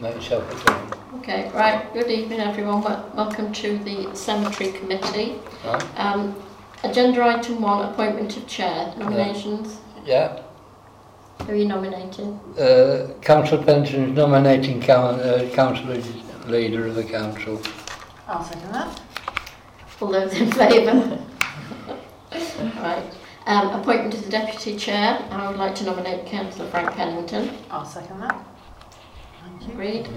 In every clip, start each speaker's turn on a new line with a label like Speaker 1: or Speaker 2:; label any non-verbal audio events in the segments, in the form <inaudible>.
Speaker 1: make yourself at home.
Speaker 2: Okay, right, good evening everyone, Wel- welcome to the Cemetery Committee.
Speaker 1: Right?
Speaker 2: Um, agenda item one, appointment of chair, nominations,
Speaker 1: Yeah.
Speaker 2: who are you nominating?
Speaker 1: Uh, council pension is nominating coun uh, council lead- leader of the council.
Speaker 3: I'll second that.
Speaker 2: All those in favour? <laughs> Right, um, appointment of the deputy chair, I would like to nominate councillor Frank Pennington,
Speaker 3: I'll second that. Thank you.
Speaker 2: agreed.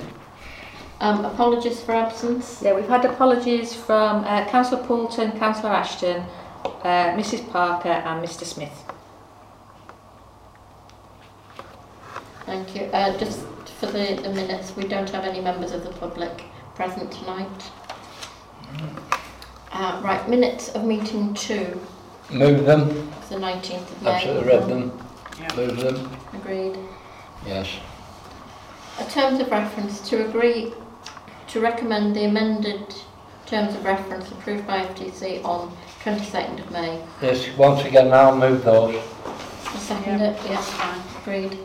Speaker 2: Um, apologies for absence,
Speaker 4: Yeah, we've had apologies from uh, Councillor Poulton, Councillor Ashton, uh, Mrs Parker and Mr Smith.
Speaker 2: thank you. Uh, just for the, the minutes, we don't have any members of the public present tonight. Uh, right, minutes of meeting two.
Speaker 1: Move them.
Speaker 2: It's the 19th of May.
Speaker 1: Absolutely read them.
Speaker 3: Yeah.
Speaker 1: Move them.
Speaker 2: Agreed.
Speaker 1: Yes.
Speaker 2: A terms of reference to agree to recommend the amended terms of reference approved by FTC on 22nd of May.
Speaker 1: Yes, once again, I'll move those.
Speaker 2: A second it? Yes, fine, agreed.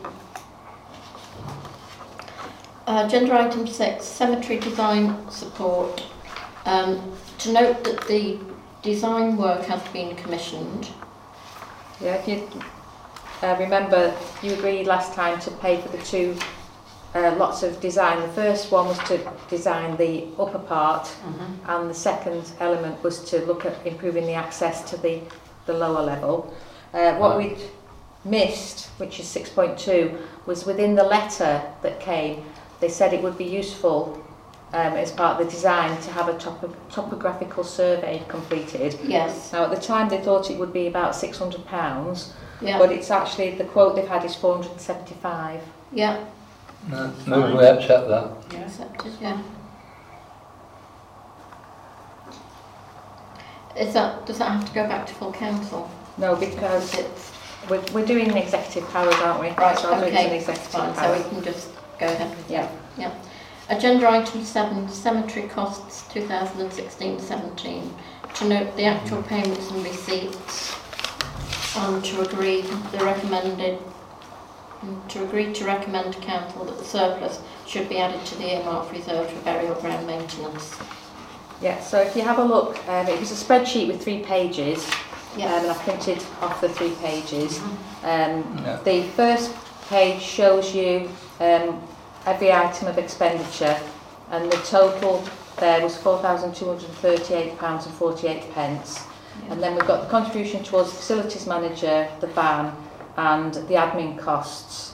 Speaker 2: Uh, agenda item six, cemetery design support. Um, to note that the design work has been commissioned.
Speaker 4: Yeah, if you uh, remember, you agreed last time to pay for the two uh, lots of design. The first one was to design the upper part
Speaker 3: Mhm.
Speaker 4: and the second element was to look at improving the access to the, the lower level. Uh, what
Speaker 1: Right.
Speaker 4: we'd missed, which is 6.2, was within the letter that came, they said it would be useful um, as part of the design to have a topo topographical survey completed.
Speaker 2: Yes,
Speaker 4: Now, at the time, they thought it would be about £600,
Speaker 2: yeah,
Speaker 4: but it's actually, the quote they've had is 475
Speaker 2: yeah,
Speaker 1: No, move we accept that.
Speaker 3: Yes.
Speaker 2: accepted, yeah. Is that, does that have to go back to full council?
Speaker 4: No, because
Speaker 2: It's
Speaker 4: we're, we're doing the executive powers, aren't we?
Speaker 2: Right,
Speaker 4: so I'll do it as an
Speaker 2: okay,
Speaker 4: executive
Speaker 2: fine, so
Speaker 4: powers.
Speaker 2: we can just go ahead with
Speaker 4: Yeah.
Speaker 2: that. Yeah. Agenda item seven, cemetery costs 2016-17. To note the actual
Speaker 4: Mm-hmm.
Speaker 2: payments and receipts and to agree the recommended, and to agree to recommend to council that the surplus should be added to the earmarked reserve for burial ground maintenance.
Speaker 4: Yeah, so if you have a look, um, it was a spreadsheet with three pages, um,
Speaker 2: Yeah,
Speaker 4: and I printed off the three pages. Um,
Speaker 1: No.
Speaker 4: the first page shows you um, every item of expenditure, and the total there was £4,238.48. And then we've got the contribution towards the facilities manager, the van, and the admin costs.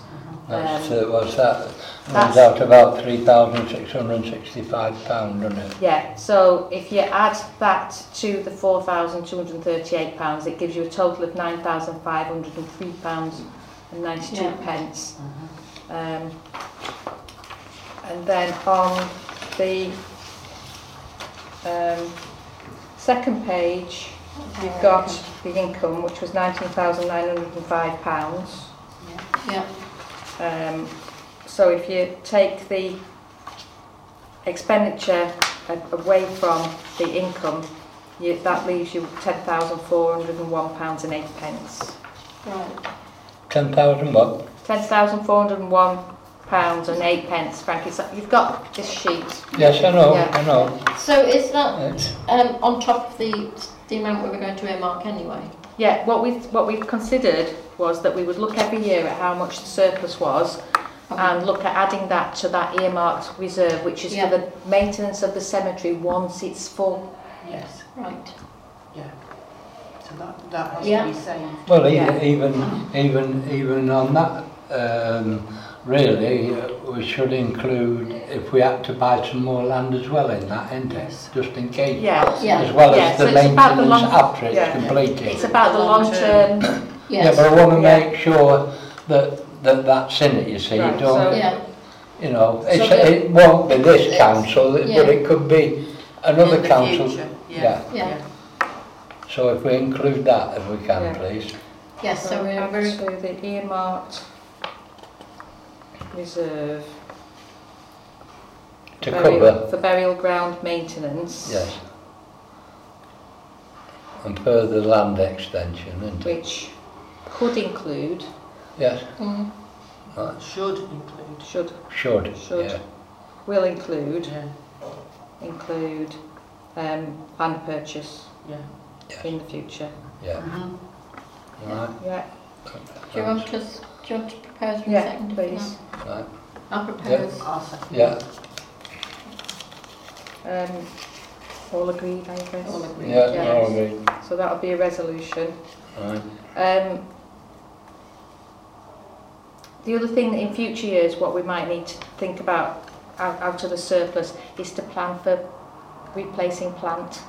Speaker 3: Mm-hmm.
Speaker 1: That's,
Speaker 4: Um,
Speaker 1: uh, what's that? Comes
Speaker 4: that's-
Speaker 1: out about £3,665, doesn't it?
Speaker 4: Yeah, so if you add that to the £4,238, it gives you a total of £9,503.92.
Speaker 2: Yeah.
Speaker 4: pence.
Speaker 3: Mm-hmm.
Speaker 4: Um, and then on the um, second page, you've got the income, which was £19,905.
Speaker 2: yeah,
Speaker 4: Um, so if you take the expenditure a- away from the income, you, that leaves you £10,401 and 8 pence.
Speaker 2: right,
Speaker 1: 10,000 what?
Speaker 4: £10,401 and 8 pence, Frank. It's, you've got this sheet.
Speaker 1: Yes, I know,
Speaker 4: Yeah.
Speaker 1: I know.
Speaker 2: so is that
Speaker 1: It's,
Speaker 2: um, on top of the, the amount we were going to earmark anyway?
Speaker 4: Yeah, what we've, what we've considered was that we would look every year at how much the surplus was and look at adding that to that earmarked reserve, which is
Speaker 2: Yeah.
Speaker 4: for the maintenance of the cemetery once it's full
Speaker 3: Yes,
Speaker 2: Right,
Speaker 3: yeah. So that, that has
Speaker 2: Yeah.
Speaker 3: to be saved.
Speaker 1: Well, e-
Speaker 4: Yeah.
Speaker 1: even, even, even on that, um, really, uh, we should include if we had to buy some more land as well in that, isn't it?
Speaker 3: Yes.
Speaker 1: Just in case.
Speaker 4: Yeah,
Speaker 2: Yeah.
Speaker 1: As well
Speaker 4: Yeah,
Speaker 1: as
Speaker 4: so
Speaker 1: the
Speaker 4: it's about the
Speaker 1: maintenance
Speaker 4: long-
Speaker 1: after it's
Speaker 4: yeah.
Speaker 1: completed.
Speaker 4: it's about the long term.
Speaker 1: Yeah,
Speaker 2: yes.
Speaker 1: but I wanna
Speaker 4: Yeah.
Speaker 1: make sure that, that that's in it, you see, you
Speaker 4: Right,
Speaker 1: don't,
Speaker 4: so-
Speaker 2: Yeah,
Speaker 1: you know, it's,
Speaker 3: the-
Speaker 1: it won't be this
Speaker 3: Yes.
Speaker 1: council, but
Speaker 2: Yeah.
Speaker 1: it could be
Speaker 3: In
Speaker 1: another
Speaker 3: the
Speaker 1: council.
Speaker 3: future,
Speaker 1: Yeah.
Speaker 2: Yeah.
Speaker 1: So if we include that if we
Speaker 4: Yeah.
Speaker 1: can, please.
Speaker 2: yes, so we're,
Speaker 4: add
Speaker 2: we're,
Speaker 4: to the earmarked reserve
Speaker 1: To
Speaker 4: burial-
Speaker 1: cover,
Speaker 4: for burial ground maintenance,
Speaker 1: yes. And further land extension, isn't it?
Speaker 4: which could include
Speaker 1: Yes,
Speaker 2: mm,
Speaker 3: Should include.
Speaker 4: should
Speaker 1: should,
Speaker 4: Should.
Speaker 1: yeah.
Speaker 4: will include,
Speaker 3: Yeah,
Speaker 4: include um, land purchase
Speaker 3: yeah.
Speaker 4: in the future.
Speaker 1: yeah,
Speaker 3: Mhm.
Speaker 1: right.
Speaker 4: Yeah,
Speaker 2: Do you want us, do you want to propose and
Speaker 4: Yeah,
Speaker 2: second it
Speaker 4: please.
Speaker 2: now?
Speaker 1: Right.
Speaker 2: I'll propose.
Speaker 3: I'll second.
Speaker 1: Yeah,
Speaker 4: um, all agreed, I guess.
Speaker 2: All agreed.
Speaker 1: yeah,
Speaker 4: Yeah.
Speaker 1: all right,
Speaker 4: So that'll be a resolution.
Speaker 1: right,
Speaker 4: Um, the other thing that in future years, what we might need to think about out, out of the surplus is to plan for replacing plant.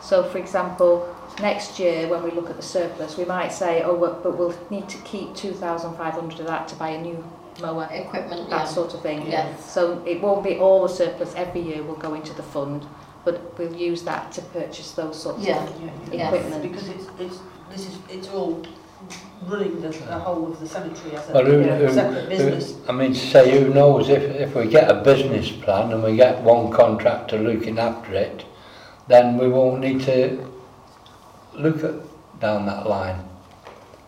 Speaker 4: So, for example, next year when we look at the surplus, we might say, oh, well, but we'll need to keep 2,500 of that to buy a new mower,
Speaker 2: Equipment,
Speaker 4: that
Speaker 2: yeah.
Speaker 4: sort of thing.
Speaker 2: Yes.
Speaker 4: So it won't be all the surplus every year will go into the fund, but we'll use that to purchase those sorts
Speaker 2: Yeah.
Speaker 4: of
Speaker 3: Yeah, yeah.
Speaker 2: Yes.
Speaker 4: equipment.
Speaker 3: Because it's, it's, this is, it's all running the, the whole of the cemetery as
Speaker 1: well,
Speaker 3: a
Speaker 1: who,
Speaker 4: Yeah.
Speaker 1: who,
Speaker 3: separate business.
Speaker 1: I mean, say who knows if, if we get a business plan and we get one contractor looking after it, then we won't need to look at down that line.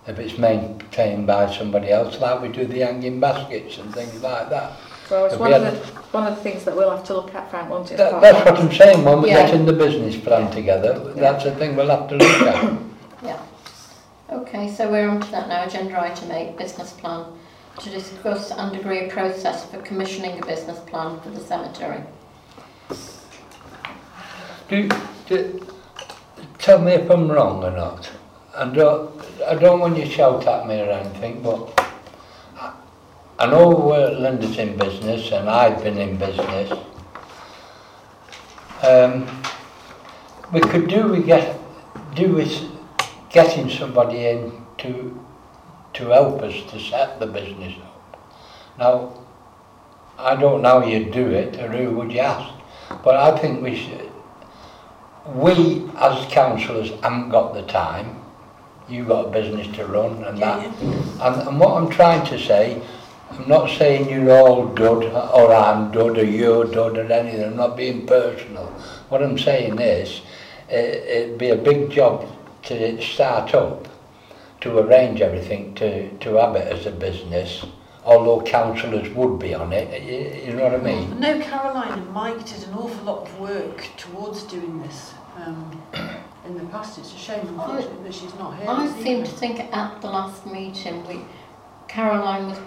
Speaker 1: If it's maintained by somebody else, like we do the hanging baskets and things like that.
Speaker 4: Well, it's
Speaker 1: Have
Speaker 4: one
Speaker 1: we
Speaker 4: of, the,
Speaker 1: had-
Speaker 4: one of the things that we'll have to look at, Frank, won't it?
Speaker 1: That, that's what I'm saying, when we're
Speaker 4: Yeah.
Speaker 1: getting the business plan together, that's the thing we'll have to look at.
Speaker 2: Okay, so we're on to that now, agenda item eight, business plan. To discuss and agree a process for commissioning a business plan for the cemetery.
Speaker 1: Do, do, tell me if I'm wrong or not. I don't, I don't want you to shout at me or anything, but I- I know uh, Linda's in business and I've been in business. Um, we could do we get do with getting somebody in to to help us to set the business up. Now, I don't know how you'd do it or who would you ask, but I think we should we as councillors haven't got the time. You've got a business to run and that. And, and what I'm trying to say, I'm not saying you're all dud or I'm dud or you're dud or anything. I'm not being personal. What I'm saying is, it, it'd be a big job to start up, to arrange everything, to, to have it as a business. Although councillors would be on it, you, you know what I mean?
Speaker 3: I know Caroline and Mike did an awful lot of work towards doing this um, <coughs> in the past. It's a shame unfortunately that she's not here.
Speaker 2: I
Speaker 3: this
Speaker 2: seem to
Speaker 3: evening.
Speaker 2: think at the last meeting, we, Caroline was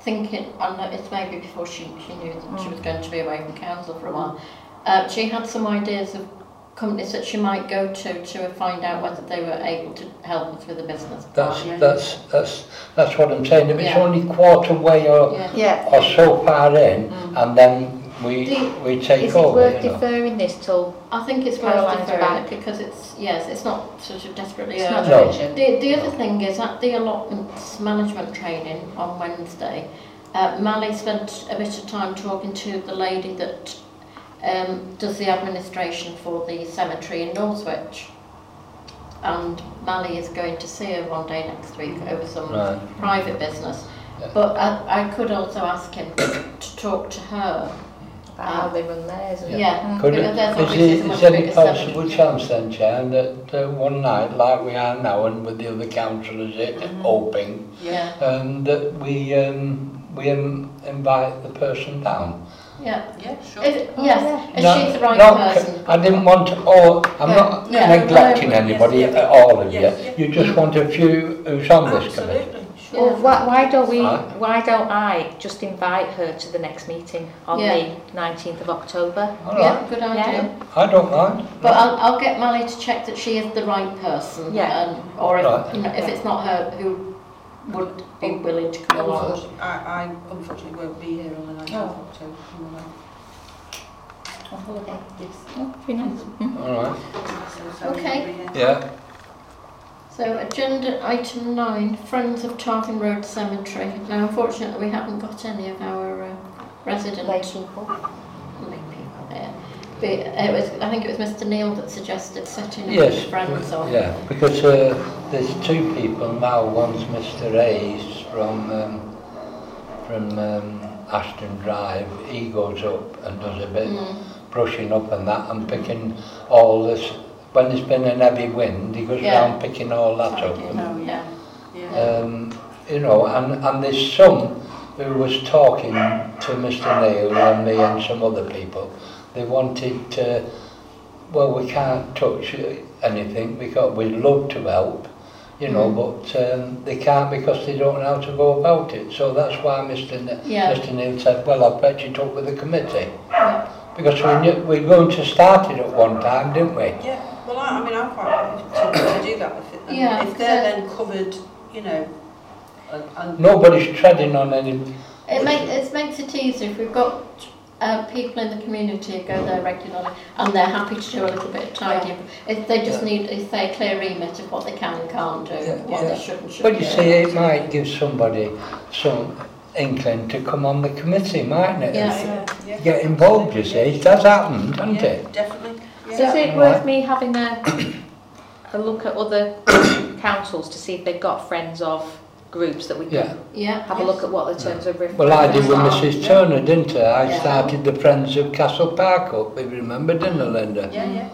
Speaker 2: thinking, and that it's maybe before she, she knew that she was going to be away from council for a while. Uh, she had some ideas of companies that she might go to to find out whether they were able to help us with the business
Speaker 1: That's,
Speaker 2: plan.
Speaker 3: Yeah.
Speaker 1: that's, that's, that's what I'm saying. If it's
Speaker 2: Yeah.
Speaker 1: only quarter way or
Speaker 2: Yeah.
Speaker 4: Yeah.
Speaker 1: or so far in,
Speaker 4: Mm.
Speaker 1: and then we
Speaker 2: Do-
Speaker 1: we take
Speaker 4: Is it
Speaker 1: over.
Speaker 4: worth
Speaker 1: you know.
Speaker 4: deferring this till
Speaker 2: I think it's worth
Speaker 4: Caroline's
Speaker 2: deferring
Speaker 4: back.
Speaker 2: it because it's, yes, it's not sort of desperately
Speaker 4: it's not
Speaker 2: urgent.
Speaker 1: No.
Speaker 4: urgent?
Speaker 2: The, the other thing is at the allotments management training on Wednesday, uh, Mally spent a bit of time talking to the lady that um, does the administration for the cemetery in Northwich. And Mally is going to see her one day next week over some
Speaker 1: Right.
Speaker 2: private business.
Speaker 1: Yeah.
Speaker 2: But I, I could also ask him <coughs> to talk to her.
Speaker 4: About how they run theirs. And
Speaker 2: Yeah.
Speaker 1: Could
Speaker 2: because
Speaker 1: it-
Speaker 2: there's
Speaker 1: is
Speaker 2: obviously
Speaker 1: it-
Speaker 2: a much
Speaker 1: is any
Speaker 2: bigger
Speaker 1: possible
Speaker 2: cemetery.
Speaker 1: chance then, Chair, that uh, one night, like we are now, and with the other councillors i-
Speaker 2: Mm-hmm.
Speaker 1: hoping,
Speaker 3: Yeah.
Speaker 1: um, that we um, we um, invite the person down?
Speaker 2: Yeah.
Speaker 3: Yeah, sure.
Speaker 2: If, yes, if
Speaker 1: No-
Speaker 2: she's the right
Speaker 1: no,
Speaker 2: person. Uh,
Speaker 1: I didn't want all. I'm
Speaker 4: Yeah.
Speaker 1: not
Speaker 2: Yeah.
Speaker 1: neglecting
Speaker 3: No,
Speaker 1: anybody
Speaker 3: yes, yeah.
Speaker 1: at all of
Speaker 3: Yes, yeah.
Speaker 1: you. You just want a few who's on this committee.
Speaker 3: Absolutely. Sure.
Speaker 4: Well, why, why don't we?
Speaker 1: Huh?
Speaker 4: Why don't I just invite her to the next meeting on
Speaker 2: Yeah.
Speaker 4: the 19th of October?
Speaker 1: All right,
Speaker 2: Yeah, good idea.
Speaker 1: I don't mind.
Speaker 2: But I'll, I'll get Molly to check that she is the right person.
Speaker 4: Yeah.
Speaker 2: And, or if,
Speaker 1: Right.
Speaker 2: you know, if it's not her, who would be willing to come along.
Speaker 3: Unfortunately, I, I unfortunately won't be here on the 19th of
Speaker 4: Oh.
Speaker 3: October. I'm away. Yes.
Speaker 4: Be nice. Hmm?
Speaker 1: All right.
Speaker 3: So, so I won't
Speaker 2: Okay.
Speaker 3: be here.
Speaker 1: Yeah.
Speaker 2: So agenda item nine, Friends of Tarvin Road Cemetery. Now unfortunately we haven't got any of our uh, resident
Speaker 4: Lay people.
Speaker 2: lay people there. But it was, I think it was Mr Neil that suggested setting up
Speaker 1: Yes.
Speaker 2: friends on.
Speaker 1: Yeah, because uh, there's two people now. One's Mr. Hayes from um, from um, Ashton Drive. He goes up and does a bit
Speaker 2: Mm,
Speaker 1: brushing up and that, and picking all this. When there's been an heavy wind, he goes
Speaker 2: Yeah.
Speaker 1: round picking all that
Speaker 2: Sorry,
Speaker 1: up.
Speaker 2: dear.
Speaker 1: And,
Speaker 3: Oh, yeah. Yeah.
Speaker 1: um, you know, and and there's some who who was talking to Mr Neil and me and some other people, they wanted to, well, we can't touch anything because we'd love to help, you know, mm. but um, they can't because they don't know how to go about it. So that's why Mr Ne
Speaker 2: Yeah.
Speaker 1: Mr Neil said, well, I'll bet you talk with the committee.
Speaker 2: Yeah.
Speaker 1: Because we knew, we were going to start it at one time, didn't we?
Speaker 3: Yeah, well, I, I mean, I'm quite happy to, to do that if, it,
Speaker 2: Yeah,
Speaker 3: if they're
Speaker 2: so-
Speaker 3: then covered, you know, and, and
Speaker 1: Nobody's treading on any,
Speaker 2: It makes it makes it easier if we've got uh, people in the community who go there regularly and they're happy to do a little bit of tidying. If they just need, if they clear remit of what they can and can't do,
Speaker 1: Yeah,
Speaker 2: what
Speaker 1: yeah.
Speaker 2: they should and shouldn't
Speaker 1: But
Speaker 2: do.
Speaker 1: you see, it might give somebody some inkling to come on the committee, mightn't it?
Speaker 2: Yeah.
Speaker 3: yeah, yeah,
Speaker 1: Get involved, you see, it has happened, hasn't
Speaker 3: yeah,
Speaker 1: it?
Speaker 3: definitely. Yeah.
Speaker 4: So is it
Speaker 1: Right.
Speaker 4: worth me having a, a look at other councils to see if they've got friends of groups that we can
Speaker 1: Yeah.
Speaker 2: yeah,
Speaker 4: have a look at what the terms of reference
Speaker 1: Well, I did with
Speaker 4: are?
Speaker 1: Mrs Turner, didn't I? I
Speaker 2: Yeah.
Speaker 1: started the Friends of Castle Park up, you remember, didn't I, Linda?
Speaker 3: Yeah, yeah,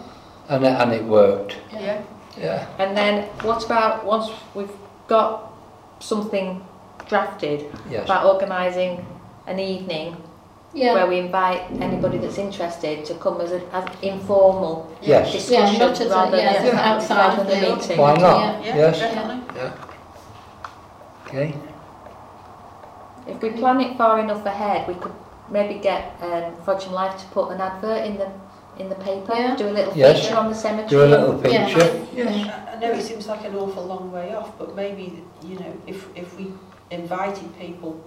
Speaker 1: And it, and it worked,
Speaker 3: yeah.
Speaker 1: yeah.
Speaker 4: And then what about once we've got something drafted
Speaker 1: Yes.
Speaker 4: about organising an evening
Speaker 2: yeah,
Speaker 4: where we invite anybody that's interested to come as an as informal
Speaker 1: Yes.
Speaker 4: discussion
Speaker 2: Yeah, not as a-
Speaker 4: rather
Speaker 2: yeah,
Speaker 4: than
Speaker 2: as outside
Speaker 4: rather
Speaker 2: of
Speaker 4: than
Speaker 2: the-
Speaker 4: a meeting.
Speaker 1: Why
Speaker 2: Yeah.
Speaker 1: not?
Speaker 3: Yeah,
Speaker 1: Yes,
Speaker 3: definitely.
Speaker 1: okay.
Speaker 4: If we plan it far enough ahead, we could maybe get um, Frodsham Life to put an advert in the in the paper,
Speaker 2: Yeah.
Speaker 4: do a little
Speaker 1: Yes.
Speaker 4: feature on the cemetery.
Speaker 1: Do a little
Speaker 2: Yeah.
Speaker 1: picture, yes.
Speaker 3: I I know it seems like an awful long way off, but maybe, you know, if, if we invited people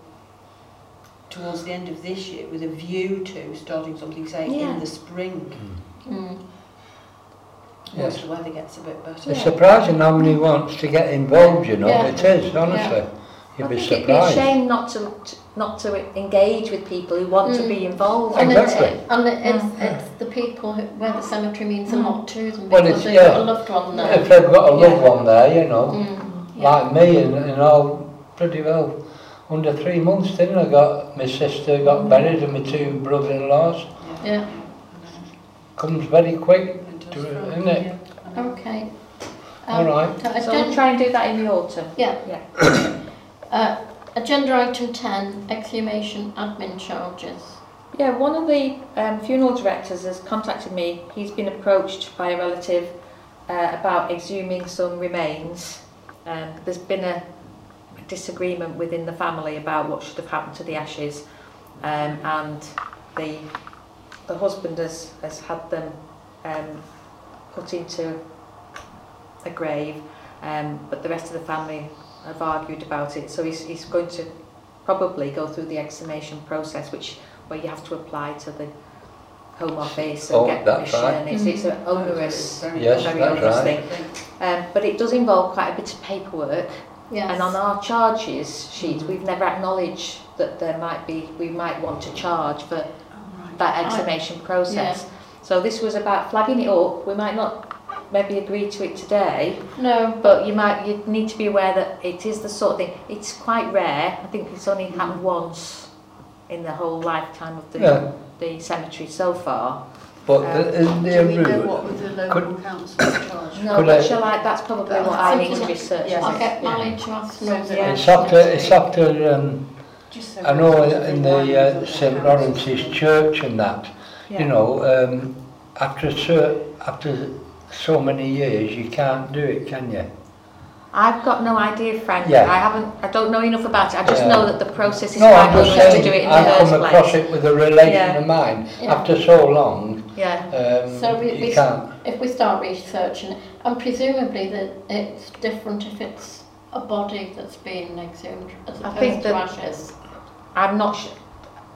Speaker 3: towards the end of this year with a view to starting something, say,
Speaker 4: Yeah.
Speaker 3: in the spring,
Speaker 2: mm,
Speaker 3: once
Speaker 1: Yes.
Speaker 3: the weather gets a bit better.
Speaker 1: It's surprising how many wants to get involved, you know,
Speaker 2: Yeah.
Speaker 1: it is, honestly.
Speaker 4: I
Speaker 1: You'd be
Speaker 4: think it'd be a
Speaker 1: surprised.
Speaker 4: shame not to, to not to engage with people who want to
Speaker 2: Mm.
Speaker 4: be involved.
Speaker 2: and it's,
Speaker 1: Oh, Exactly.
Speaker 2: and it, it's,
Speaker 4: Mm.
Speaker 2: it's the people who, where the cemetery means a lot to them
Speaker 1: Well, it's-
Speaker 2: because they've got
Speaker 1: yeah.
Speaker 2: a loved one there.
Speaker 1: If they've got a loved
Speaker 3: Yeah.
Speaker 1: one there, you know,
Speaker 2: Mm, yeah.
Speaker 1: like me and, and all pretty well under three months didn't I got my sister
Speaker 4: Mm.
Speaker 1: got buried and my two brother-in-laws
Speaker 2: Yeah.
Speaker 1: comes very quick
Speaker 3: And does
Speaker 1: Do it,
Speaker 3: throw-
Speaker 1: isn't it?
Speaker 3: yeah, I know.
Speaker 2: Okay.
Speaker 4: Oh.
Speaker 2: Um,
Speaker 1: All right.
Speaker 2: so
Speaker 4: So we'll
Speaker 2: agenda-
Speaker 4: try and do that in the autumn.
Speaker 2: uh, agenda item ten: exhumation admin charges.
Speaker 4: Yeah, one of the um, funeral directors has contacted me. He's been approached by a relative uh, about exhuming some remains. Um, there's been a disagreement within the family about what should have happened to the ashes, um, and the the husband has, has had them um, put into a grave, um, but the rest of the family have argued about it. So he's, he's going to probably go through the exhumation process, which where you have to apply to the Home Office and
Speaker 1: Oh,
Speaker 4: get
Speaker 1: that's
Speaker 4: permission.
Speaker 1: right.
Speaker 4: It's, it's
Speaker 3: Mm-hmm.
Speaker 4: an
Speaker 3: Oh,
Speaker 4: onerous,
Speaker 3: Very
Speaker 1: Yes,
Speaker 4: very
Speaker 1: that's
Speaker 4: onerous
Speaker 1: right.
Speaker 4: thing. Um, but it does involve quite a bit of paperwork.
Speaker 2: Yes.
Speaker 4: And on our charges sheet, we've never acknowledged that there might be, we might want to charge for
Speaker 3: Oh, right.
Speaker 4: that exhumation process. So this was about flagging it up. We might not maybe agree to it today,
Speaker 2: no.
Speaker 4: but you might you need to be aware that it is the sort of thing. It's quite rare. I think it's only happened once in the whole lifetime of the
Speaker 1: yeah
Speaker 4: the cemetery so far.
Speaker 1: but
Speaker 4: Um,
Speaker 1: isn't there
Speaker 3: Do we know
Speaker 1: rude
Speaker 3: what with the local council's charge?
Speaker 4: No,
Speaker 1: Could
Speaker 4: but
Speaker 1: I-
Speaker 4: shall I, that's probably
Speaker 3: That's
Speaker 4: what I need
Speaker 2: something
Speaker 4: to
Speaker 2: that-
Speaker 4: research.
Speaker 3: yes.
Speaker 2: I'll
Speaker 4: I
Speaker 2: get
Speaker 4: think.
Speaker 2: Molly to ask
Speaker 3: So
Speaker 2: Lindsay.
Speaker 4: yeah.
Speaker 1: it's after it's after um,
Speaker 3: Just so
Speaker 1: I
Speaker 3: we're
Speaker 1: know
Speaker 3: sort of
Speaker 1: in the
Speaker 3: line
Speaker 1: uh,
Speaker 3: with
Speaker 1: St
Speaker 3: other
Speaker 1: Lawrence's
Speaker 3: councils.
Speaker 1: church and that you
Speaker 4: Yeah.
Speaker 1: know um, after so after so many years you can't do it can you
Speaker 4: I've got no idea, Frank.
Speaker 1: Yeah.
Speaker 4: I haven't. I don't know enough about it. I just
Speaker 1: Yeah.
Speaker 4: know that the process is
Speaker 1: no
Speaker 4: quite
Speaker 1: I'm just
Speaker 4: onerous to do it
Speaker 1: saying
Speaker 4: in
Speaker 1: I've
Speaker 4: the
Speaker 1: come
Speaker 4: first place.
Speaker 1: across it with a relation
Speaker 4: Yeah.
Speaker 1: of mine
Speaker 2: Yeah.
Speaker 1: after so long
Speaker 4: Yeah.
Speaker 1: um,
Speaker 2: So we-
Speaker 1: you
Speaker 2: we-
Speaker 1: can't
Speaker 2: If we start researching, it, and presumably that it's different if it's a body that's being exhumed as
Speaker 4: I
Speaker 2: opposed
Speaker 4: think
Speaker 2: to
Speaker 4: that-
Speaker 2: ashes.
Speaker 4: I'm not sure.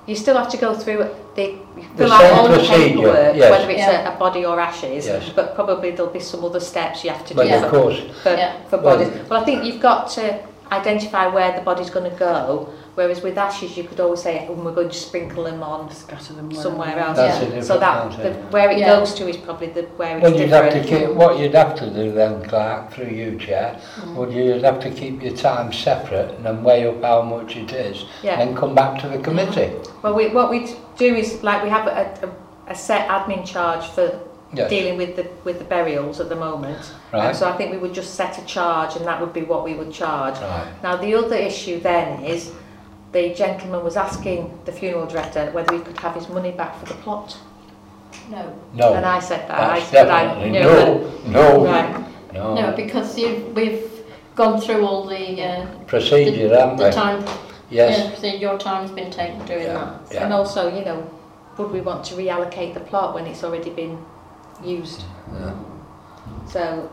Speaker 4: You still have to go through the,
Speaker 1: The
Speaker 4: fill out
Speaker 1: same
Speaker 4: all the
Speaker 1: procedure,
Speaker 4: paperwork,
Speaker 1: yes.
Speaker 4: whether it's
Speaker 2: Yeah.
Speaker 4: a, a body or ashes,
Speaker 1: Yes.
Speaker 4: but probably there'll be some other steps you have to do
Speaker 1: Well,
Speaker 2: Yeah.
Speaker 1: of course,
Speaker 4: for,
Speaker 2: Yeah.
Speaker 4: for
Speaker 1: Well-
Speaker 4: bodies. Well, I think you've got to identify where the body's going to go, whereas with ashes you could always say, oh, we're going to sprinkle them on
Speaker 3: Scatter them wherever.
Speaker 4: somewhere else.
Speaker 1: that's
Speaker 2: Yeah.
Speaker 1: a
Speaker 4: So
Speaker 1: different
Speaker 4: that the,
Speaker 1: matter.
Speaker 4: where it
Speaker 2: Yeah.
Speaker 4: goes to is probably the where it's
Speaker 1: Well, you'd have
Speaker 4: different.
Speaker 1: to keep, what you'd have to do then, Clark, through you, Chair,
Speaker 4: Mm.
Speaker 1: would you'd have to keep your time separate and then weigh up how much it is,
Speaker 4: Yeah.
Speaker 1: and come back to the committee.
Speaker 4: Well, we, what we do is like we have a, a, a set admin charge for
Speaker 1: Yes,
Speaker 4: dealing with the with the burials at the moment.
Speaker 1: Right.
Speaker 4: And so I think we would just set a charge, and that would be what we would charge.
Speaker 1: right,
Speaker 4: Now the other issue then is the gentleman was asking the funeral director whether he could have his money back for the plot.
Speaker 2: No,
Speaker 1: No,
Speaker 4: And I said that. I
Speaker 1: Oh, that's
Speaker 4: said I
Speaker 1: definitely,
Speaker 4: knew
Speaker 1: no,
Speaker 4: that-
Speaker 1: no,
Speaker 4: Right.
Speaker 2: no,
Speaker 1: no.
Speaker 2: because you, we've gone through all the, uh,
Speaker 1: Procedure, haven't
Speaker 2: the
Speaker 1: we?
Speaker 2: time,
Speaker 1: Yes,
Speaker 2: yeah, so your time's been taken doing
Speaker 1: Yeah.
Speaker 2: that.
Speaker 4: And also, you know, would we want to reallocate the plot when it's already been used?
Speaker 1: Yeah.
Speaker 4: So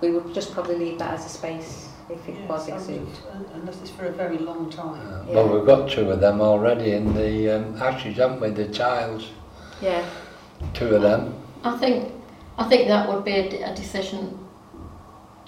Speaker 4: we would just probably leave that as a space if it
Speaker 3: Yeah,
Speaker 4: was
Speaker 3: sounds-
Speaker 4: exhumed.
Speaker 3: un- uh, Unless it's for a very long time.
Speaker 1: Uh,
Speaker 4: Yeah.
Speaker 1: Well, we've got two of them already in the um, ashes, haven't we? The tiles,
Speaker 4: Yeah.
Speaker 1: two of them.
Speaker 2: I think, I think that would be a, de- a decision,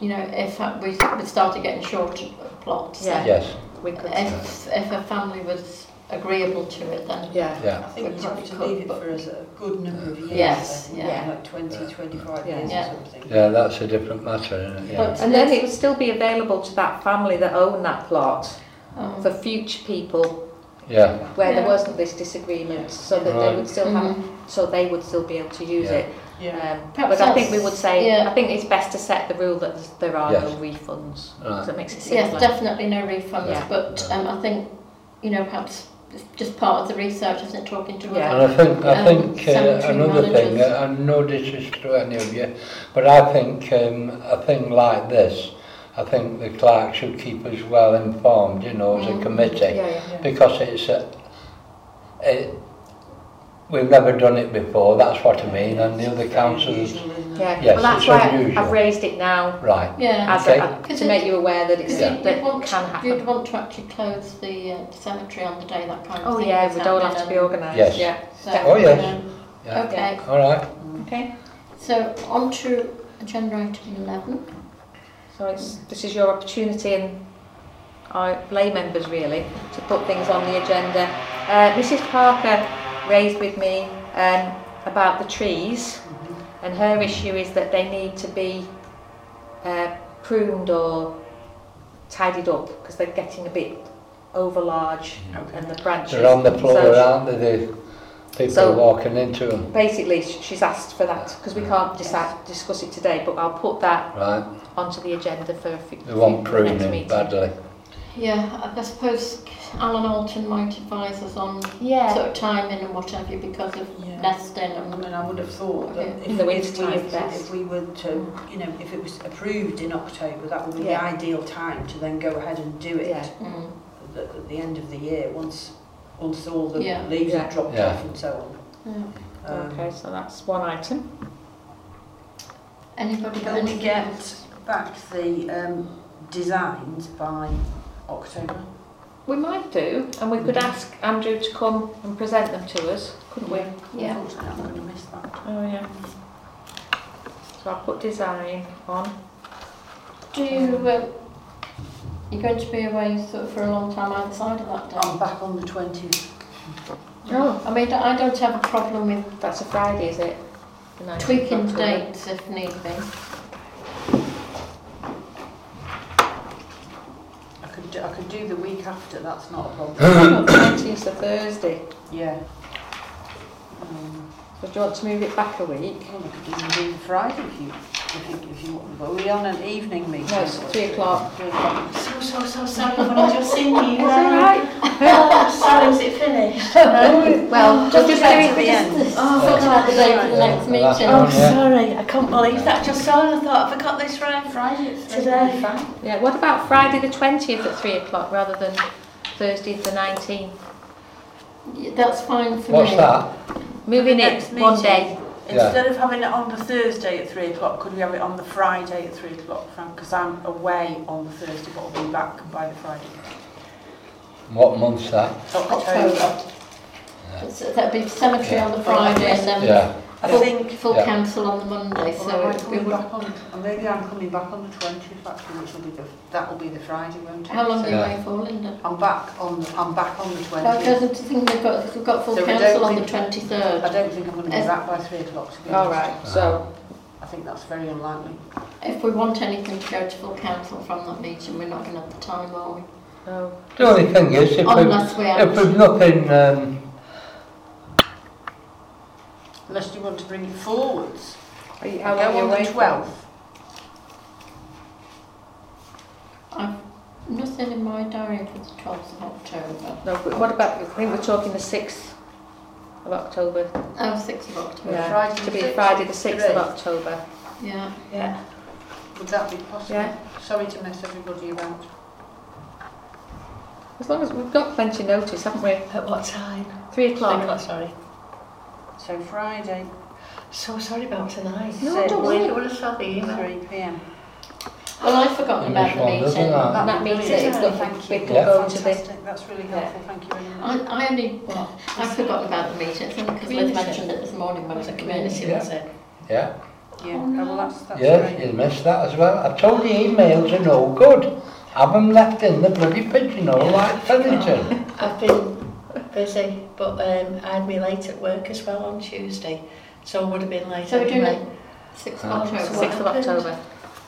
Speaker 2: you know, if uh, we, we started getting short of plots.
Speaker 4: Yeah.
Speaker 1: Yes,
Speaker 4: We could.
Speaker 2: If, if a family was agreeable to it, then
Speaker 4: Yeah.
Speaker 1: yeah.
Speaker 3: I think you'd have to leave it for us a good number of years.
Speaker 2: Yes,
Speaker 3: then,
Speaker 2: yeah.
Speaker 3: Like 20, 25 years
Speaker 2: Yeah.
Speaker 3: or something.
Speaker 1: Yeah, that's a different matter, isn't it? Yeah.
Speaker 2: But-
Speaker 4: And then it would still be available to that family that owned that plot
Speaker 2: um,
Speaker 4: for future people
Speaker 1: yeah.
Speaker 4: where there
Speaker 2: Yeah.
Speaker 4: wasn't this disagreement, so that they
Speaker 1: Right.
Speaker 4: would still have, so they would still be able to use
Speaker 1: Yeah.
Speaker 4: it.
Speaker 3: Yeah.
Speaker 4: Um,
Speaker 2: Perhaps
Speaker 4: but I think we
Speaker 2: that's-
Speaker 4: would say,
Speaker 2: yeah.
Speaker 4: I think it's best to set the rule that there's- there are no
Speaker 1: Yes. Uh,
Speaker 4: refunds.
Speaker 1: Right.
Speaker 4: So it makes it
Speaker 2: Yes,
Speaker 4: simpler.
Speaker 2: definitely no refunds,
Speaker 4: Yeah.
Speaker 2: but um, I think, you know, perhaps it's just part of the research, isn't it, talking to
Speaker 4: Yeah.
Speaker 2: other
Speaker 1: And I think, I
Speaker 2: Um,
Speaker 1: think uh,
Speaker 2: cemetery
Speaker 1: another thing,
Speaker 2: managers.
Speaker 1: uh, and no disrespect to any of you, but I think um, a thing like this, I think the clerk should keep us well informed, you know, as a
Speaker 2: Mm.
Speaker 1: committee.
Speaker 4: Yeah, Mm-hmm. yeah.
Speaker 3: Yeah.
Speaker 1: because it's a, it, we've never done it before. That's what I mean, and the other
Speaker 3: It's very
Speaker 1: councillors,
Speaker 3: unusual, isn't it?
Speaker 4: Yeah.
Speaker 1: Yes,
Speaker 4: well, that's
Speaker 1: it's
Speaker 4: why
Speaker 1: unusual.
Speaker 4: I've raised it now
Speaker 1: right?
Speaker 2: Yeah,
Speaker 4: as
Speaker 1: Okay.
Speaker 4: a, uh,
Speaker 2: Because
Speaker 4: to
Speaker 2: it-
Speaker 4: make you aware that it's
Speaker 2: because
Speaker 1: Yeah.
Speaker 2: you'd,
Speaker 4: that
Speaker 2: you'd,
Speaker 4: it
Speaker 2: want,
Speaker 4: can
Speaker 2: you'd
Speaker 4: happen.
Speaker 2: want to actually close the uh, cemetery on the day that kind of
Speaker 4: Oh
Speaker 2: thing
Speaker 4: yeah,
Speaker 2: is
Speaker 4: we don't have to
Speaker 2: happening
Speaker 4: be organised.
Speaker 1: Yes.
Speaker 4: Yeah.
Speaker 2: and- so,
Speaker 1: Oh, yes.
Speaker 2: um,
Speaker 1: Yeah.
Speaker 2: Okay,
Speaker 1: All right.
Speaker 4: Okay.
Speaker 2: so on to agenda item 11.
Speaker 4: So it's, this is your opportunity and our lay members really to put things on the agenda. Uh, Mrs Parker raised with me um, about the trees
Speaker 3: Mm-hmm.
Speaker 4: and her issue is that they need to be uh, pruned or tidied up because they're getting a bit over large
Speaker 3: Okay.
Speaker 4: and the branches.
Speaker 1: They're on the floor,
Speaker 4: So-
Speaker 1: aren't they? The people
Speaker 4: So-
Speaker 1: walking into them,
Speaker 4: Basically, sh- she's asked for that because we can't decide, discuss it today, but I'll put that
Speaker 1: right?
Speaker 4: onto the agenda for a few,
Speaker 1: They want
Speaker 4: for the next
Speaker 1: pruning
Speaker 4: meeting.
Speaker 1: badly.
Speaker 2: Yeah, I suppose Alan Alton might advise us on
Speaker 4: Yeah,
Speaker 2: sort of timing and what have you because of
Speaker 3: Yeah.
Speaker 2: nesting and
Speaker 3: I mean, I would have thought that
Speaker 2: Okay.
Speaker 3: if,
Speaker 4: In the
Speaker 3: we-
Speaker 4: winter
Speaker 3: if,
Speaker 4: time
Speaker 3: we,
Speaker 4: is best.
Speaker 3: if we were to, you know, if it was approved in October, that would be
Speaker 4: Yeah.
Speaker 3: the ideal time to then go ahead and do it
Speaker 4: Yeah.
Speaker 2: Mm.
Speaker 3: at, the, at the end of the year, once once all the
Speaker 2: Yeah.
Speaker 3: leaves
Speaker 4: Yeah.
Speaker 3: have dropped
Speaker 1: Yeah.
Speaker 3: off and so
Speaker 2: Yeah.
Speaker 3: on. Um,
Speaker 4: okay, so that's one item.
Speaker 2: Anybody got
Speaker 3: Can we
Speaker 2: anything
Speaker 3: get
Speaker 2: else?
Speaker 3: back the um, designs by October?
Speaker 4: We might do, and we could ask Andrew to come and present them to us, couldn't we?
Speaker 2: Yeah.
Speaker 3: Unfortunately, I'm going to miss that.
Speaker 4: Oh, yeah. So I'll put design on.
Speaker 2: Do
Speaker 3: Mm.
Speaker 2: you, uh, you're going to be away sort of for a long time outside of that day?
Speaker 3: I'm back on the 20th.
Speaker 4: Oh,
Speaker 2: I mean, I don't have a problem with
Speaker 4: that's a Friday, is it? The 19th
Speaker 2: tweaking
Speaker 4: October.
Speaker 2: dates if need be.
Speaker 3: I could do, I could do the week after, that's not a problem.
Speaker 4: <coughs> Oh, 19th of Thursday.
Speaker 3: Yeah. Um,
Speaker 4: So do you want to move it back a week?
Speaker 3: well, we could even do Friday if you, if you, if you want. But are we on an evening meeting?
Speaker 4: No, it's three o'clock.
Speaker 3: Three o'clock.
Speaker 5: So, so, so sorry when I just seen you.
Speaker 4: <laughs> It's all right.
Speaker 6: Oh,
Speaker 5: Sorry, is it finished?
Speaker 4: Well, just just
Speaker 3: back
Speaker 4: doing
Speaker 3: to the end.
Speaker 5: Oh,
Speaker 2: Sort out the date for the
Speaker 3: Yeah.
Speaker 2: next
Speaker 1: The last
Speaker 2: meeting.
Speaker 1: one.
Speaker 5: Oh, sorry, I can't believe that. Just saw and I thought, have I got this right
Speaker 3: Friday at three.
Speaker 5: today?
Speaker 4: Yeah, what about Friday the 20th at 3 o'clock rather than Thursday the 19th?
Speaker 2: Yeah, That's fine for
Speaker 1: What's
Speaker 2: me.
Speaker 1: that?
Speaker 4: Moving it
Speaker 5: Next
Speaker 4: one
Speaker 5: meeting.
Speaker 4: day.
Speaker 1: Yeah.
Speaker 5: Instead of having it on the Thursday at three o'clock, could we have it on the Friday at three o'clock, Fran? Because I'm away on the Thursday, but I'll be back by the Friday.
Speaker 1: What month's that?
Speaker 4: Um,
Speaker 5: October.
Speaker 2: So That'd be cemetery on the Friday and then
Speaker 1: Yeah,
Speaker 5: I
Speaker 2: Full-
Speaker 5: think
Speaker 2: full
Speaker 1: Yeah.
Speaker 2: council on the Monday,
Speaker 3: Well,
Speaker 2: so
Speaker 3: am I
Speaker 2: it- we
Speaker 3: coming
Speaker 2: would.
Speaker 3: back on, or maybe I'm coming back on the 20th actually, which will be the, that will be the Friday, won't it?
Speaker 2: How long are you
Speaker 1: Yeah.
Speaker 2: away for, Linda?
Speaker 3: I'm back on, the- I'm back on the 20th.
Speaker 2: Well, because I think we've got, we've got full
Speaker 3: So we don't
Speaker 2: council on the
Speaker 3: think- I
Speaker 2: 23rd.
Speaker 3: don't think I'm going to be
Speaker 2: As-
Speaker 3: back by three o'clock, to be
Speaker 4: All
Speaker 3: honest.
Speaker 4: right, so,
Speaker 3: I think that's very unlikely.
Speaker 2: If we want anything to go to full council from that meeting, we're not going to have the time, are we?
Speaker 4: no.
Speaker 1: the only thing is, if we've,
Speaker 2: Unless we
Speaker 1: if
Speaker 2: have.
Speaker 1: we've nothing, um,
Speaker 3: Unless you want to bring it forwards.
Speaker 4: Are you,
Speaker 3: Go
Speaker 4: how long are you
Speaker 3: on
Speaker 4: away
Speaker 3: the
Speaker 4: for?
Speaker 3: 12th.
Speaker 2: I've nothing nothing in my diary for the 12th of October.
Speaker 4: No, but what about, I think we're talking the 6th of October.
Speaker 2: Oh, 6th of October.
Speaker 4: Yeah,
Speaker 5: Friday
Speaker 4: to
Speaker 5: the
Speaker 4: be
Speaker 5: 6th,
Speaker 4: Friday the 6th of
Speaker 5: great.
Speaker 4: October.
Speaker 2: Yeah.
Speaker 5: Yeah. Would that be possible?
Speaker 4: Yeah.
Speaker 5: Sorry to mess everybody about.
Speaker 4: As long as we've got plenty of notice, haven't we?
Speaker 6: At what time?
Speaker 4: 3
Speaker 6: Three
Speaker 4: o'clock.
Speaker 6: o'clock, sorry.
Speaker 5: So Friday,
Speaker 6: So sorry about tonight.
Speaker 4: No,
Speaker 5: Six.
Speaker 4: don't
Speaker 6: We
Speaker 4: worry.
Speaker 6: would have saw the email.
Speaker 5: 3 p.m.
Speaker 2: Well, I've forgotten
Speaker 1: Yeah,
Speaker 2: about
Speaker 1: it's
Speaker 2: the
Speaker 1: one, doesn't
Speaker 2: meeting.
Speaker 1: it?
Speaker 2: I,
Speaker 4: That
Speaker 5: That'd be
Speaker 4: means
Speaker 5: brilliant.
Speaker 4: it's got-
Speaker 5: Thank
Speaker 4: we
Speaker 5: you.
Speaker 4: can go to the-
Speaker 5: Fantastic. That's really helpful. Thank you very much.
Speaker 2: I only, well, I've forgotten about the meeting, I think, because Liz
Speaker 6: Community.
Speaker 2: mentioned it this morning when I was
Speaker 6: Was
Speaker 2: at
Speaker 6: it
Speaker 2: community.
Speaker 6: community, was it?
Speaker 1: Yeah,
Speaker 5: Yeah. Oh, well, that's, that's
Speaker 1: yeah,
Speaker 5: great.
Speaker 1: you missed that as well. I told you emails are no good. Have them left in the bloody pigeonhole like Pennington.
Speaker 6: I've been busy, but um, I'd be late at work as well on Tuesday, so would have been late.
Speaker 2: So we're doing
Speaker 6: anyway.
Speaker 2: it 6th
Speaker 1: Ah.
Speaker 2: of October.
Speaker 4: 6th of October.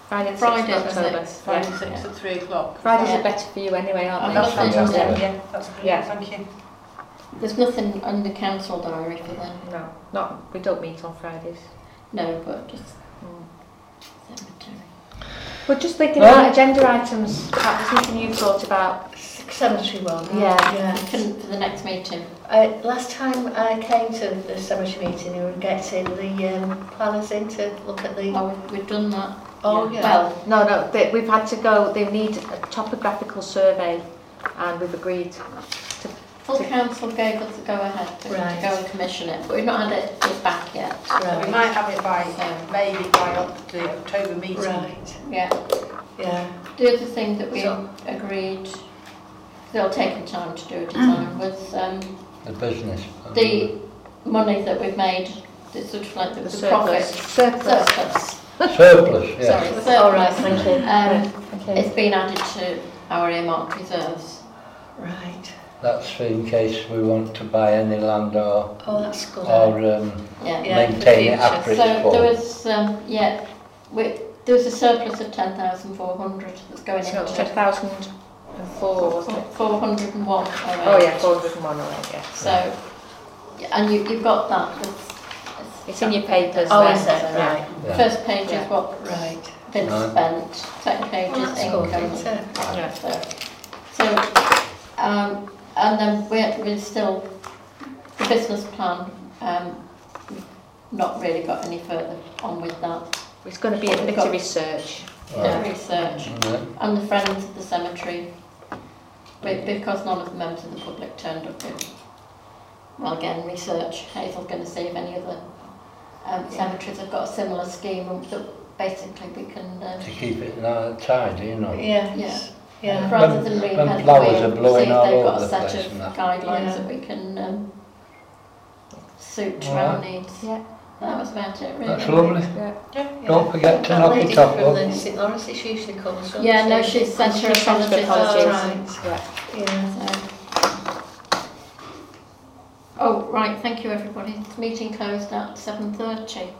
Speaker 4: Friday the 6th
Speaker 2: Friday
Speaker 4: of
Speaker 2: the
Speaker 4: October.
Speaker 2: 6th.
Speaker 4: Yeah.
Speaker 5: Friday 6 at 3 o'clock.
Speaker 4: Fridays
Speaker 2: Yeah.
Speaker 4: are better for you anyway,
Speaker 2: I've
Speaker 4: aren't
Speaker 2: got
Speaker 4: they?
Speaker 5: That's fantastic.
Speaker 1: fantastic.
Speaker 5: Yeah, that's brilliant.
Speaker 4: Yeah.
Speaker 5: Thank you.
Speaker 2: There's nothing on the council diary for them.
Speaker 4: No, not, we don't meet on Fridays.
Speaker 2: No, but just
Speaker 4: Mm.
Speaker 2: cemetery.
Speaker 4: We're just thinking
Speaker 1: Well-
Speaker 4: about agenda items, perhaps something you thought about. mm.
Speaker 6: Cemetery one.
Speaker 4: Yeah.
Speaker 6: Yeah.
Speaker 2: Can- For the next meeting.
Speaker 6: I, last time I came to the cemetery meeting, we were getting the um, planners in to look at the.
Speaker 2: Oh, we've- we've done that.
Speaker 6: Oh,
Speaker 2: Well,
Speaker 4: No, no, they, we've had to go, they need a topographical survey and we've agreed.
Speaker 2: full council gave us the go-ahead to to
Speaker 6: Right.
Speaker 2: go and commission it, but we've not had it it back yet.
Speaker 5: So we
Speaker 6: Right.
Speaker 5: might have it by, um, maybe by Oc- the October meeting.
Speaker 6: Right.
Speaker 2: Yeah.
Speaker 6: Yeah.
Speaker 2: The other thing that we
Speaker 6: So-
Speaker 2: agreed, they'll take time to do a
Speaker 4: Mm.
Speaker 2: design, was um,
Speaker 1: The business.
Speaker 2: the money that we've made, it's sort of like the
Speaker 4: The
Speaker 2: the profit.
Speaker 4: surplus. Surplus.
Speaker 2: Surplus,
Speaker 1: Um, Surplus, yeah.
Speaker 2: sorry,
Speaker 6: All right.
Speaker 2: surplus.
Speaker 6: Thank you.
Speaker 2: Um,
Speaker 4: Okay.
Speaker 2: It's been added to our earmarked reserves.
Speaker 6: Right.
Speaker 1: That's for in case we want to buy any land or,
Speaker 6: Oh, that's good.
Speaker 1: or um,
Speaker 2: Yeah.
Speaker 6: Yeah, for
Speaker 1: maintain it
Speaker 6: future.
Speaker 1: after
Speaker 2: So
Speaker 1: it's
Speaker 2: there
Speaker 1: full.
Speaker 2: was, um, yeah, we- there was a surplus of 10,400 that's going
Speaker 4: So it's
Speaker 2: into
Speaker 4: 2004, wasn't it?
Speaker 2: 401.
Speaker 4: Oh yeah, 401 away, yeah.
Speaker 2: So, yeah, and you, you've got that. It's,
Speaker 4: It's in your papers
Speaker 6: Oh,
Speaker 4: there.
Speaker 6: is it? Right.
Speaker 1: Yeah.
Speaker 2: First page
Speaker 4: Yeah.
Speaker 2: is what
Speaker 6: Right.
Speaker 2: been
Speaker 1: Right.
Speaker 2: spent, second page
Speaker 6: Well,
Speaker 2: is
Speaker 6: that's good. isn't
Speaker 2: income.
Speaker 6: it?
Speaker 4: Yeah.
Speaker 2: So, so, um, and then we're, we're still, the business plan, um, we've not really got any further on with that.
Speaker 4: It's going to be a bit of research.
Speaker 2: The research
Speaker 1: Right.
Speaker 2: and the friends of the cemetery, be- because none of the members of the public turned up. it- Well, again, research, Hazel's gonna see if any other, um, cemeteries have got a similar scheme and that basically we can, uh,
Speaker 1: To keep it ni- tidy, you know.
Speaker 6: Yes. Yeah.
Speaker 2: Rather than reinvent the
Speaker 1: flowers are
Speaker 2: wheel,
Speaker 1: blowing
Speaker 2: see if they've
Speaker 1: all over
Speaker 2: got
Speaker 1: the
Speaker 2: a set
Speaker 1: place
Speaker 2: of
Speaker 1: and that.
Speaker 2: guidelines
Speaker 6: Yeah.
Speaker 2: that we can um, suit to our needs.
Speaker 4: Yeah.
Speaker 2: That was about it,
Speaker 1: That's
Speaker 2: really.
Speaker 1: lovely.
Speaker 6: Yeah.
Speaker 1: Don't forget to
Speaker 6: That
Speaker 1: knock
Speaker 6: lady
Speaker 1: it off,
Speaker 6: from
Speaker 1: love.
Speaker 6: the St Lawrence, she usually comes. doesn't
Speaker 2: Yeah, no,
Speaker 6: she?
Speaker 2: she's sent her apologies.
Speaker 6: apologies.
Speaker 4: Yeah.
Speaker 6: Yeah.
Speaker 2: So- Oh, right, thank you, everybody. This meeting closed at seven thirty.